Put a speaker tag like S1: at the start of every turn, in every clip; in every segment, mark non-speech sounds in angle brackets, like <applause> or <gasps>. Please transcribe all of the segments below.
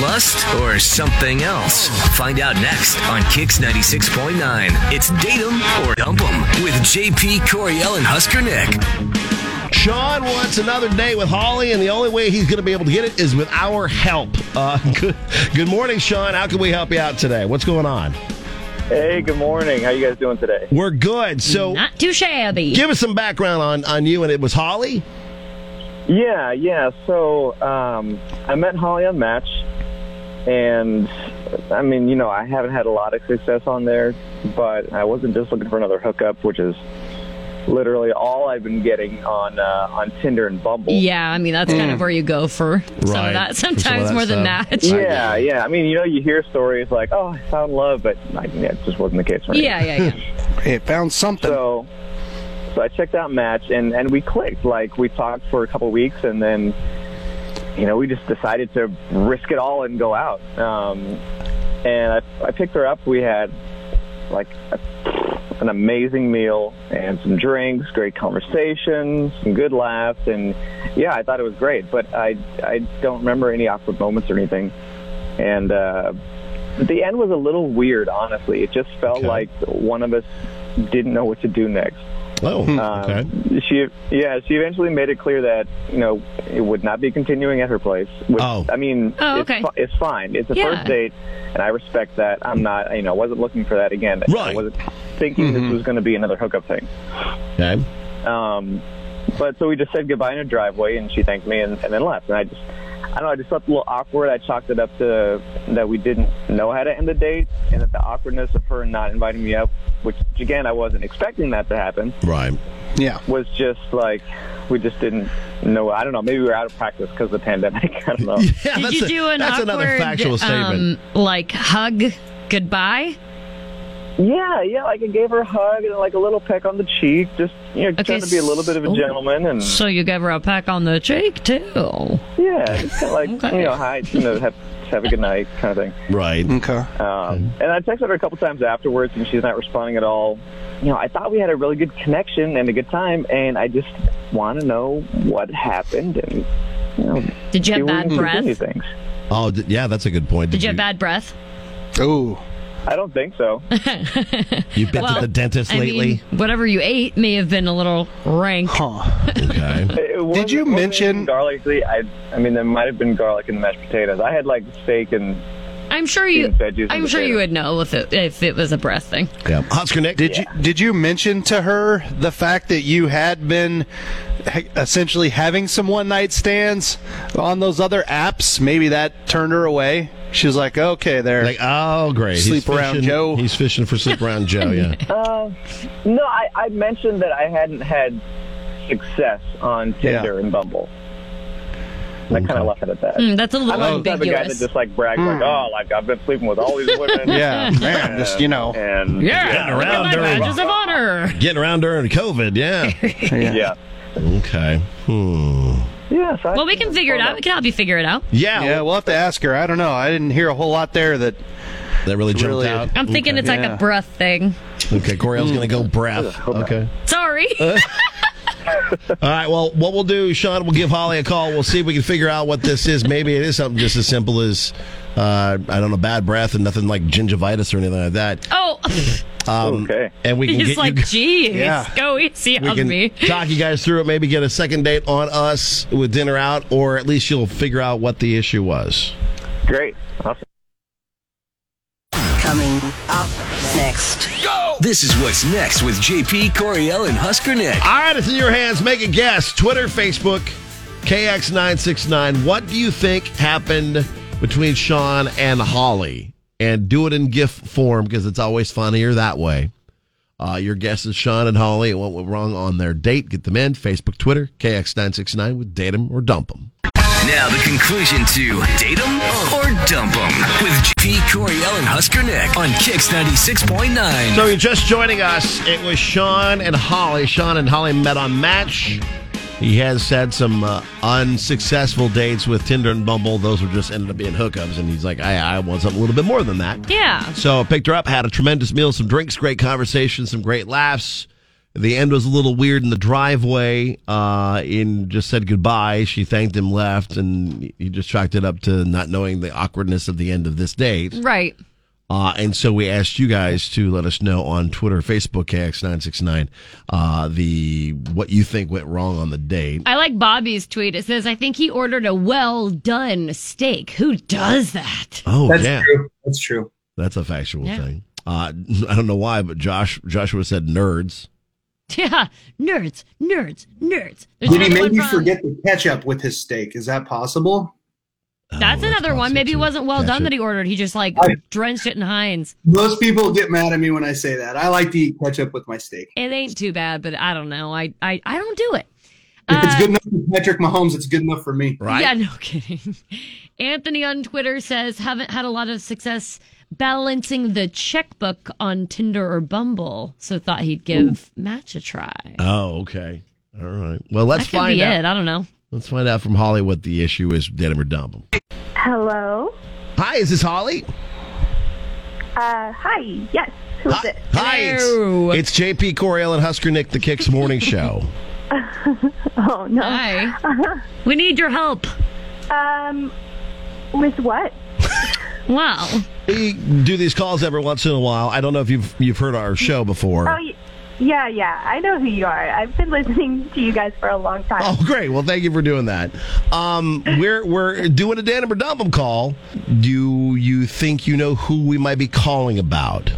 S1: lust or something else? Find out next on Kix 96.9. It's Date 'em or Dump 'em with JP Coriel and Husker Nick.
S2: Sean wants another date with Holly, and the only way he's going to be able to get it is with our help. Uh, <laughs> good, good morning, Sean. How can we help you out today? What's going on?
S3: Hey, good morning. How you guys doing today?
S2: We're good. So,
S4: Not too shabby.
S2: give us some background on on you. And it was Holly.
S3: Yeah, yeah. So um, I met Holly on Match, and I mean, you know, I haven't had a lot of success on there, but I wasn't just looking for another hookup, which is literally all I've been getting on uh, on Tinder and Bumble.
S4: yeah, I mean that's kind of where you go for some
S2: Mm. Right.
S4: of that.
S2: For some of
S4: Sometimes
S2: that
S4: more than
S2: stuff.
S4: that. <laughs>
S3: Yeah, yeah. I mean, you know, you hear stories like, "Oh, I found love," but like, yeah, it just wasn't the case for me.
S2: <laughs>
S4: Yeah, yeah, yeah.
S5: It found something.
S3: So, so I checked out Match, and and we clicked. Like we talked for a couple weeks, and then, you know, we just decided to risk it all and go out. Um, and I, I picked her up. We had like a, an amazing meal and some drinks, great conversations, some good laughs, and yeah, I thought it was great. But I I don't remember any awkward moments or anything. And uh, the end was a little weird, honestly. It just felt
S2: Okay.
S3: like one of us didn't know what to do next.
S2: Oh,
S5: Hmm.
S3: Um,
S2: okay.
S3: She, yeah, she eventually made it clear that you know it would not be continuing at her place. Which,
S2: Oh.
S3: I mean,
S4: Oh,
S3: it's,
S4: okay.
S3: fi- it's fine. It's a
S4: Yeah.
S3: first date, and I respect that. I'm not, you know, wasn't looking for that again.
S2: Right. Mm-hmm.
S3: I wasn't thinking this was going to be another hookup thing.
S2: Okay.
S3: Um, but so we just said goodbye in a driveway, and she thanked me and, and then left. And I just, I don't know, I just felt a little awkward. I chalked it up to that we didn't know how to end the date, and that the awkwardness of her not inviting me up, which again I wasn't expecting that to happen,
S2: Right. <laughs>
S5: yeah.
S3: was just like we just didn't know. I don't know, maybe we were out of practice because of the pandemic. <laughs> I don't
S4: <laughs>
S3: know.
S2: Yeah,
S4: Did
S2: that's
S4: you
S2: a-
S4: do an
S2: that's
S4: awkward,
S2: another factual statement.
S4: um, like hug goodbye?
S3: yeah, yeah, like I gave her a hug and like a little peck on the cheek, just you know,
S4: Okay,
S3: trying to be a little bit of a
S4: so-
S3: gentleman and.
S4: So you gave her a peck on the cheek too.
S3: Yeah, it's kind of like
S4: Okay.
S3: you know, hi, you know, have, have a good night, kind of thing.
S2: right.
S5: Okay.
S3: Um,
S4: Mm-hmm.
S3: and I texted her a couple times afterwards, and she's not responding at all. You know, I thought we had a really good connection and a good time, and I just want to know what happened and you know,
S4: Did you
S3: see
S4: have
S3: where
S4: bad
S3: we can
S4: breath?
S3: continue things.
S2: Oh, d- yeah. That's a good point.
S4: Did you have bad breath?
S5: Oh.
S3: I don't think so.
S2: You've been to
S4: Well,
S2: the dentist
S4: I
S2: lately?
S4: mean, whatever you ate may have been a little rank.
S5: Huh. <laughs>
S2: okay.
S3: It wasn't-
S5: Did you
S3: wasn't
S5: mention-
S3: anything garlicky? I, I mean, there might have been garlic in the mashed potatoes. I had like steak and
S4: I'm sure you.
S3: Steamed veggies and
S4: I'm sure you
S3: potatoes.
S4: would know if it if it was a breath thing.
S2: Yeah. Husker Nick.
S5: Did you did you mention to her the fact that you had been he- essentially having some one night stands on those other apps? Maybe that turned her away. She was like, "Okay, there."
S2: Like, oh, great. He's
S5: Sleep around
S2: fishing-
S5: Joe.
S2: He's fishing for sleep around Joe.
S5: <laughs>
S2: Yeah.
S3: Uh, no, I, I mentioned that I hadn't had success on
S5: Yeah.
S3: Tinder and Bumble. I kind of left it at that.
S4: Mm, that's a little
S3: I'm the type of guy that
S4: ambiguous.
S3: just like brags, like, oh, like I've been sleeping with all these women.
S5: Hmm. <laughs> yeah, man, just you know.
S3: And
S4: yeah,
S2: Getting around
S4: my
S2: during-
S4: badges of honor.
S2: Getting around during COVID. Yeah.
S3: yeah,
S2: okay. Hmm.
S3: yeah. So I-
S4: Well, we can figure it out. We can help you figure it out.
S2: Yeah.
S5: Yeah, we'll have to ask her. I don't know. I didn't hear a whole lot there that
S2: that really jumped
S5: Really-
S2: out.
S4: I'm thinking it's like
S5: Yeah.
S4: a breath thing.
S2: Okay, Coriel's going to go breath. Okay.
S4: Sorry.
S2: All right. Well, what we'll do, Sean, we'll give Holly a call. We'll see if we can figure out what this is. Maybe it is something just as simple as uh, I don't know, bad breath and nothing like gingivitis or anything like that.
S4: <laughs> oh,
S2: Um,
S3: Okay.
S2: And we can
S4: he's
S2: get
S4: like,
S2: you.
S4: geez,
S5: Yeah.
S4: go easy
S2: We
S4: on
S2: can <laughs>
S4: me. <laughs>
S2: talk you guys through it. Maybe get a second date on us with dinner out, or at least you'll figure out what the issue was.
S3: great. Awesome.
S6: Coming up next.
S1: This is what's next with JP Coriel and Husker Nick.
S2: All right, it's in your hands. Make a guess. Twitter, Facebook, KX969. What do you think happened between Sean and Holly? And do it in GIF form because it's always funnier that way. Uh, your guess is Sean and Holly. and What went wrong on their date? Get them in. Facebook, Twitter, KX969 with date 'em or dump 'em.
S1: Now the conclusion to date 'em or dump 'em with JP Coriel and Husker Nick on Kix 96.9.
S2: So you're just joining us. It was Sean and Holly. Sean and Holly met on Match. He has had some uh, unsuccessful dates with Tinder and Bumble. Those were just ended up being hookups, and he's like, I, I want something a little bit more than that.
S4: Yeah.
S2: So I picked her up, had a tremendous meal, some drinks, great conversation, some great laughs. The end was a little weird in the driveway. Uh, and just said goodbye. She thanked him, left, and he just chalked it up to not knowing the awkwardness of the end of this date.
S4: Right.
S2: Uh, and so we asked you guys to let us know on Twitter, Facebook, KX969, uh, the what you think went wrong on the date.
S4: I like Bobby's tweet. It says, I think he ordered a well done steak. Who does that? <laughs>
S2: Oh,
S7: That's
S2: yeah,
S7: true. That's true.
S2: that's a factual
S4: Yeah.
S2: thing. Uh, I don't know why, but Josh Joshua said nerds.
S4: Yeah. Nerds, nerds, nerds. There's
S7: Did he
S4: another one
S7: maybe
S4: from-
S7: forget the ketchup with his steak? Is that possible?
S2: Oh,
S4: That's another one.
S2: possible,
S4: Maybe it
S2: too.
S4: wasn't well done
S2: Gotcha.
S4: that he ordered. He just like
S7: I-
S4: drenched it in Heinz.
S7: Most people get mad at me when I say that. I like to eat ketchup with my steak.
S4: It ain't too bad, but I don't know. I I, I don't do it.
S7: If it's
S4: Uh,
S7: good enough for Patrick Mahomes, it's good enough for me.
S2: right.
S4: Yeah, no <laughs> kidding. Anthony on Twitter says, haven't had a lot of success balancing the checkbook on Tinder or Bumble, so thought he'd give Match a try.
S2: Oh, okay. All right. Well, let's
S4: that could
S2: find
S4: be
S2: out.
S4: it. I don't know.
S2: Let's find out from Holly what the issue is. Dead him or dump him.
S8: Hello.
S2: Hi, is this Holly?
S8: Uh, hi. Yes. Who is
S2: Hi,
S8: it?
S2: hi it's,
S4: Hello.
S2: it's JP Coriel and Husker Nick, the Kicks
S4: <laughs>
S2: Morning Show.
S8: Oh no.
S4: Hi. we need your help.
S8: Um, with what?
S4: Wow. Oh,
S2: We do these calls every once in a while. I don't know if you've you've heard our show before.
S8: Oh, y- yeah, yeah. I know who you are. I've been listening to you guys for a long time.
S2: Oh, great! Well, thank you for doing that. Um, we're we're doing a Danum or Dump 'em call. Do you think you know who we might be calling about?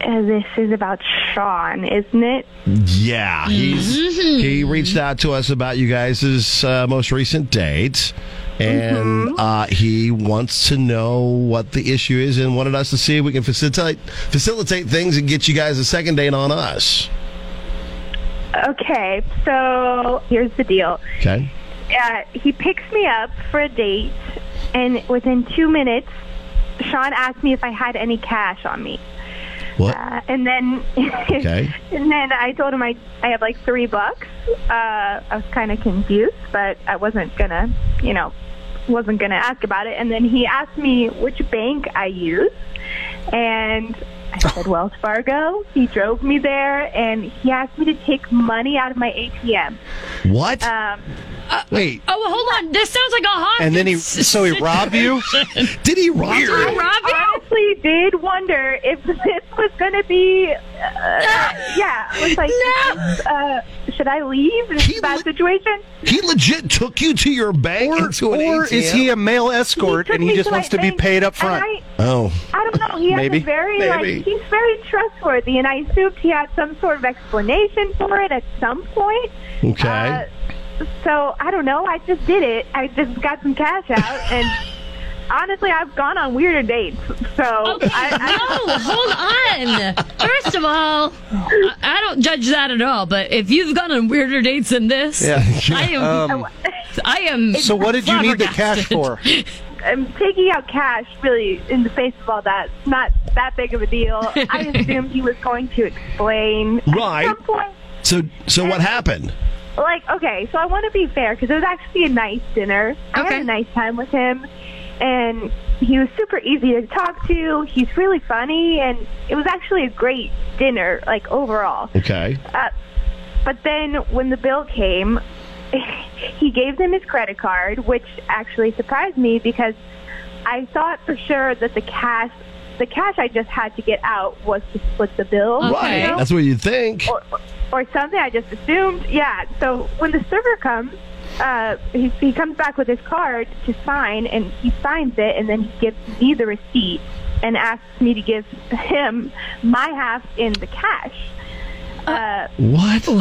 S8: Uh, this is about Sean, isn't it?
S2: Yeah, he's
S8: Mm-hmm.
S2: he reached out to us about you guys' uh, most recent date, and
S8: Mm-hmm.
S2: uh, he wants to know what the issue is and wanted us to see if we can facilitate facilitate things and get you guys a second date on us.
S8: Okay. So here's the deal.
S2: Okay.
S8: Uh, he picks me up for a date, and within two minutes, Sean asked me if I had any cash on me.
S2: What?
S8: Uh, and then <laughs>
S2: Okay.
S8: and then I told him I I had like three bucks. Uh, I was kind of confused, but I wasn't gonna, you know, wasn't gonna ask about it. And then he asked me which bank I use, and I
S2: <laughs>
S8: said Wells Fargo. He drove me there, and he asked me to take money out of my ATM.
S2: What?
S8: Um,
S2: Wait,
S4: Oh, well, hold on. This sounds like a hostage.
S5: And then
S4: <laughs>
S5: he, so he robbed you.
S2: did he rob
S4: I
S2: you?
S4: rob you?
S5: <laughs>
S8: honestly, did wonder if <laughs> this was gonna be, uh,
S2: <laughs>
S8: yeah. I was like, uh, should I leave? Is this
S2: He
S8: a bad
S2: li-
S8: situation?
S2: He legit took you to your bank
S5: Or,
S2: and to an
S5: or
S2: ATM?
S5: is he a male escort
S8: took
S5: and he
S8: me
S5: just
S8: my
S5: wants to be
S8: bank,
S5: paid up
S8: and
S5: front?
S8: I,
S2: oh,
S8: I don't know. He
S5: Maybe.
S8: has a very
S2: Maybe.
S8: like he's very trustworthy, and I assumed he had some sort of explanation for it at some point.
S2: okay.
S8: Uh, so I don't know. I just did it. I just got some
S5: <laughs>
S8: cash out, and honestly, I've gone on weirder dates. So I,
S4: no, Oh, hold on. First of all, I, I don't judge that at all. But if you've gone on weirder dates than this,
S5: Yeah.
S4: I am.
S5: Um,
S4: I am.
S5: so what did you need the cash
S4: flabbergasted.
S5: for?
S8: I, I'm taking out cash really in the face of all that. It's not that big of
S5: <laughs>
S8: a deal. I assumed he was going to explain
S2: Right.
S8: at some point.
S2: so, so what happened?
S8: like okay so i want to be fair because it was actually a nice dinner i
S4: Okay.
S8: had a nice time with him and he was super easy to talk to he's really funny and it was actually a great dinner like overall
S2: Okay.
S8: uh, but then when the bill came <laughs> he gave them his credit card which actually surprised me because i thought for sure that the cash the cash i just had to get out was to split the bill
S4: Okay.
S8: you know?
S2: Right. That's what you think.
S8: or, or something. I just assumed. Yeah. So when the server comes, uh, he, he comes back with his card to sign, and he signs it, and then he gives me the receipt and asks me to give him my half in the cash. Uh,
S2: What?
S4: What?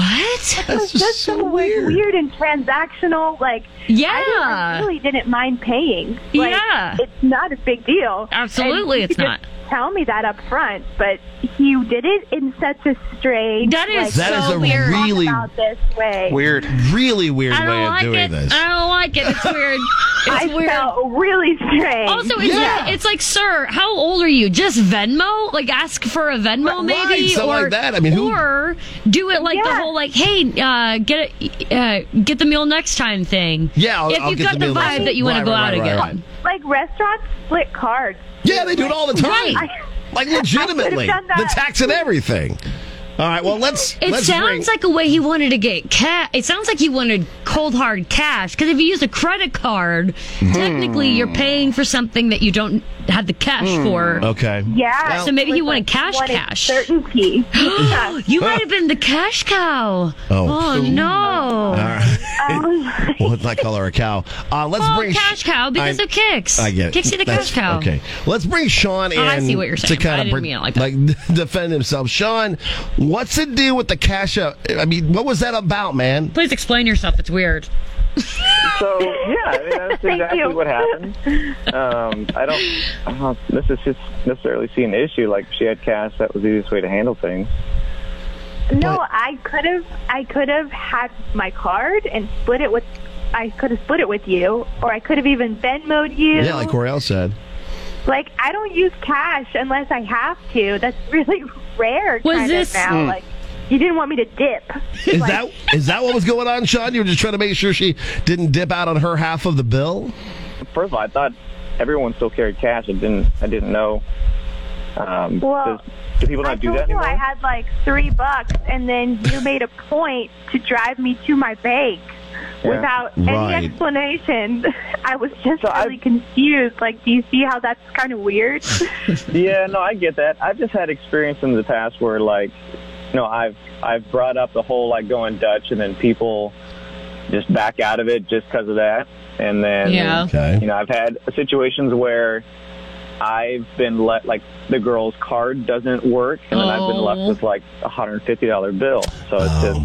S2: That's
S8: it was
S2: just so
S8: like,
S2: weird.
S8: weird and transactional. Like, I, didn't, I
S4: Yeah.
S8: really didn't mind paying. Like,
S4: Yeah.
S8: it's not a big deal.
S4: Absolutely,
S8: And he
S4: it's
S8: could
S4: not.
S8: just Tell me that up front, but he did it in such a strange.
S4: That is
S8: like,
S2: That is
S4: <laughs> so
S2: a
S4: weird.
S8: talk
S2: really,
S8: about this way.
S5: Weird.
S2: really weird
S4: I
S2: way
S4: don't
S2: of
S4: like
S2: doing
S4: it.
S2: this.
S4: I don't like it. It's
S8: <laughs>
S4: weird. It's
S8: I
S4: weird.
S8: felt really strange.
S4: Also, it's,
S2: Yeah.
S4: like, it's like, sir, how old are you? Just Venmo? Like, ask for a Venmo,
S2: Right,
S4: maybe,
S2: something
S4: or
S2: like that. I mean, who-
S4: or do it like the
S8: Yeah.
S4: whole like, hey, uh, get it, uh, get the meal next time thing.
S2: Yeah, I'll,
S4: if
S2: I'll
S4: you
S2: get
S4: got the,
S2: meal
S4: vibe
S2: list.
S4: that you want
S2: Right,
S4: to go
S2: right,
S4: out
S2: right,
S4: again,
S2: right, right.
S8: like restaurants split cards.
S2: Yeah, they do it all the time.
S4: Right.
S8: I-
S2: Like legitimately,
S8: done that.
S2: the tax and everything. All right. Well, let's.
S4: It
S2: let's
S4: sounds
S2: ring-
S4: like a way he wanted to get cash. It sounds like he wanted cold hard cash because if you use a credit card,
S2: Hmm.
S4: technically you're paying for something that you don't have the cash
S2: Hmm.
S4: for.
S2: Okay.
S8: Yeah.
S4: So maybe he
S8: with,
S4: wanted
S8: like,
S4: cash
S8: wanted
S4: cash. <gasps>
S8: Certainty. Yeah.
S4: You might have been the cash cow.
S2: Oh.
S4: no.
S2: All
S8: Um,
S2: right. well, let's not call her a cow. Uh, let's
S4: Oh,
S2: bring
S4: cash cow because
S2: I,
S4: of kicks.
S2: I get it.
S4: Kicks you the
S2: That's-
S4: cash cow. Oh,
S2: Okay, let's bring Sean in.
S4: I see what you're
S2: To
S4: saying.
S2: kind
S4: I
S2: of
S4: didn't
S2: bring-
S4: mean it like
S2: <laughs>
S4: that.
S2: defend himself. Sean, what's it do with the cash up? I mean, what was that about, man?
S4: Please explain yourself. It's weird.
S8: <laughs>
S3: So yeah, I mean, that's exactly
S8: you.
S3: what happened. Um, I don't. I don't uh, this is just necessarily see an issue. Like if she had cash, that was the easiest way to handle things.
S8: No, I could have. I could have had my card and split it with. I could have split it with you, or I could have even Venmoed you.
S2: Yeah, like Coriel said.
S8: Like, I don't use cash unless I have to. That's really <laughs> rare.
S4: Was
S8: kind of
S4: this-
S2: Hmm.
S8: now? Like, you didn't want me to dip.
S2: Is
S8: Like,
S2: that is that what was going on, Sean? You were just trying to make sure she didn't dip out on her half of the bill.
S3: First of all, I thought everyone still carried cash. I didn't. I didn't know. Um,
S8: Well,
S3: does, do people
S8: I
S3: not do
S8: told
S3: that
S8: you
S3: anymore?
S8: I had like three bucks, and then you made a point to drive me to my bank
S3: Yeah.
S8: without
S2: Right.
S8: any explanation. <laughs> I was just
S3: So I-
S8: really confused. Like, do you see how that's kind
S3: <laughs>
S8: of weird?
S3: Yeah, no, I get that. I've just had experience in the past where like, you know, I've I've brought up the whole like going Dutch, and then people just back out of it just because of that, and then
S4: Yeah.
S2: Okay.
S3: you know, I've had situations where I've been let like the girl's card doesn't work, and then I've been left
S4: Oh.
S3: with like a hundred fifty dollar bill. So it's
S2: Oh.
S3: just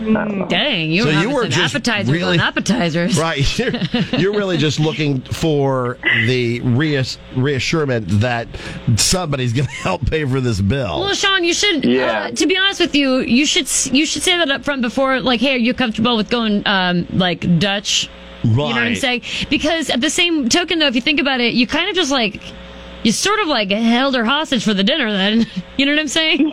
S3: I don't know.
S4: Dang, you
S2: So
S4: were
S2: you
S4: having
S2: were
S4: some
S2: just
S4: appetizers
S2: really-
S4: on appetizers.
S2: Right. <laughs> You're, you're really just looking for the reass- reassurance that somebody's going to <laughs> help pay for this bill.
S4: Well, Sean, you should.
S3: Yeah.
S4: Uh, to be honest with you, you should s- you should say that up front before, like, hey, are you comfortable with going um, like Dutch? You know what I'm
S2: Right.
S4: saying? Because at the same token, though, if you think about it, you kind of just like you sort of like held her hostage for the dinner. Then <laughs> you know what I'm saying?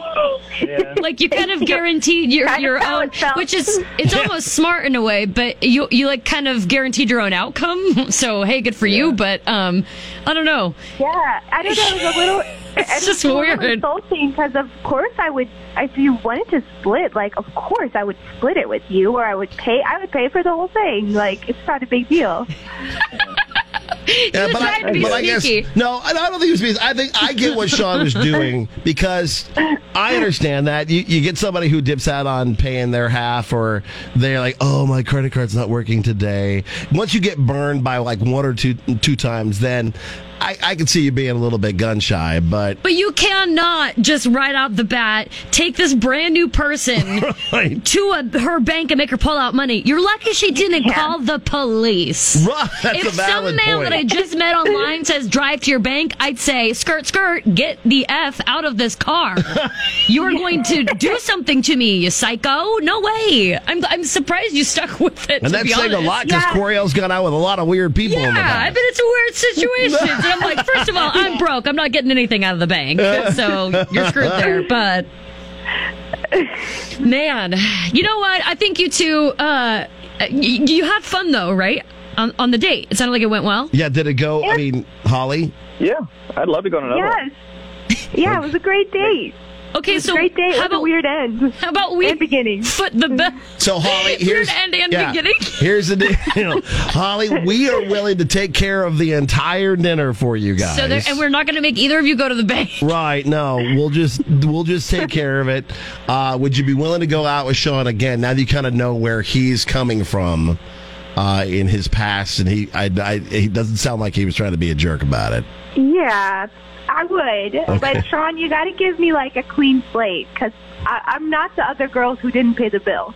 S3: Yeah.
S4: Like you kind of guaranteed your
S8: Kind of
S4: your
S8: felt-
S4: own,
S8: felt.
S4: which is it's almost smart in a way, but you you like kind of guaranteed your own outcome. <laughs> So hey, good for you, but um, I don't know.
S8: Yeah, I don't know. It was a little.
S4: <laughs> It's
S8: it was
S4: just
S8: a little
S4: weird.
S8: Insulting because of course I would. If you wanted to split, like of course I would split it with you, or I would pay. I would pay for the whole thing. Like it's not a big deal.
S2: Yeah,
S4: was
S2: but I,
S4: trying to be
S2: but I guess
S4: sneaky.
S2: no, I I don't think he was being. I think I get what Sean was
S4: <laughs>
S2: doing because I understand that you, you get somebody who dips out on paying their half, or they're like, "Oh, my credit card's not working today." Once you get burned by like one or two two times, then I, I can see you being a little bit gun shy. But <laughs>
S4: But you cannot just right out the bat take this brand new person
S2: right,
S4: to a, her bank and make her pull out money. You're lucky she didn't call the police.
S2: that's a
S4: if some
S2: valid
S4: man
S2: point.
S4: that I just met online says drive to your bank, I'd say skirt skirt, get the f out of this
S2: <laughs>
S4: car. you are going to do something to me, you psycho. No way. I'm I'm surprised you stuck with it.
S2: and
S4: to
S2: that's
S4: be
S2: saying a
S4: honest.
S2: lot because
S8: Yeah.
S2: Coriel's gone out with a lot of weird people. in the
S4: Yeah, I
S2: past.
S4: bet it's a weird situation. and I'm like, first of all,
S2: <laughs>
S4: I'm broke. I'm not getting anything out of the bank. So you're screwed there. But man, you know what? I think you two, uh, y- you had fun though, right? On, on the date. It sounded like it went well.
S2: Yeah, did it go? I mean, Holly.
S3: yeah, I'd love to go on another. one.
S8: Yes. Yeah, it was
S3: <laughs>
S8: a great date.
S4: Okay, so
S8: great date
S4: how
S8: with a
S4: about
S8: weird end.
S4: How about we
S8: and beginning.
S4: foot the bill? <laughs>
S2: So Holly,
S4: Weird
S2: here's
S4: end and beginning.
S2: <laughs> Here's the deal, <laughs> Holly. We are willing to take care of the entire dinner for you guys.
S4: So there, and we're not going to make either of you go to the bank.
S2: right. No, we'll just we'll just
S4: <laughs>
S2: take care of it. Uh, would you be willing to go out with Sean again? Now that you kind of know where he's coming from uh, in his past, and he I, I, he doesn't sound like he was trying to be a jerk about it.
S8: Yeah, I would. But Sean, you got to give me like a clean slate because I'm not the other girls who didn't pay the bill.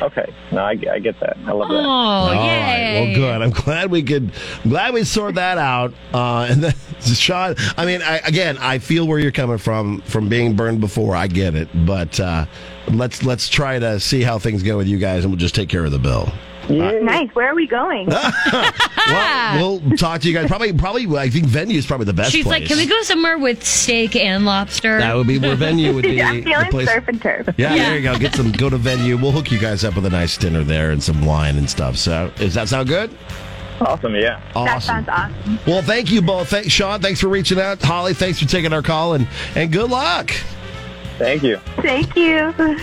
S3: Okay, no, I, I get that. I love
S4: Oh,
S3: that.
S2: All right.
S4: yay.
S2: Well, good. I'm glad we could. I'm glad we sort that out. Uh, and then, <laughs> Sean. I mean, I, again, I feel where you're coming from from being burned before. I get it, but uh, let's let's try to see how things go with you guys, and we'll just take care of the bill.
S8: Nice. Where are we going?
S2: Ah, Well, we'll talk to you guys. Probably, probably. I think venue is probably the best.
S4: She's like,
S2: place.
S4: can we go somewhere with steak and lobster?
S2: That would be where venue
S4: <laughs>
S2: would be
S8: <laughs> I'm
S2: the
S8: feeling
S2: place.
S8: surf and turf.
S2: Yeah,
S4: Yeah.
S2: there you go. Get some. Go to venue. We'll hook you guys up with a nice dinner there and some wine and stuff. So, does that sound good?
S3: Awesome, yeah.
S2: Awesome.
S8: That sounds awesome.
S2: Well, thank you both. Thank, Sean, thanks for reaching out. Holly, thanks for taking our call and, and good luck.
S3: Thank you.
S8: Thank you.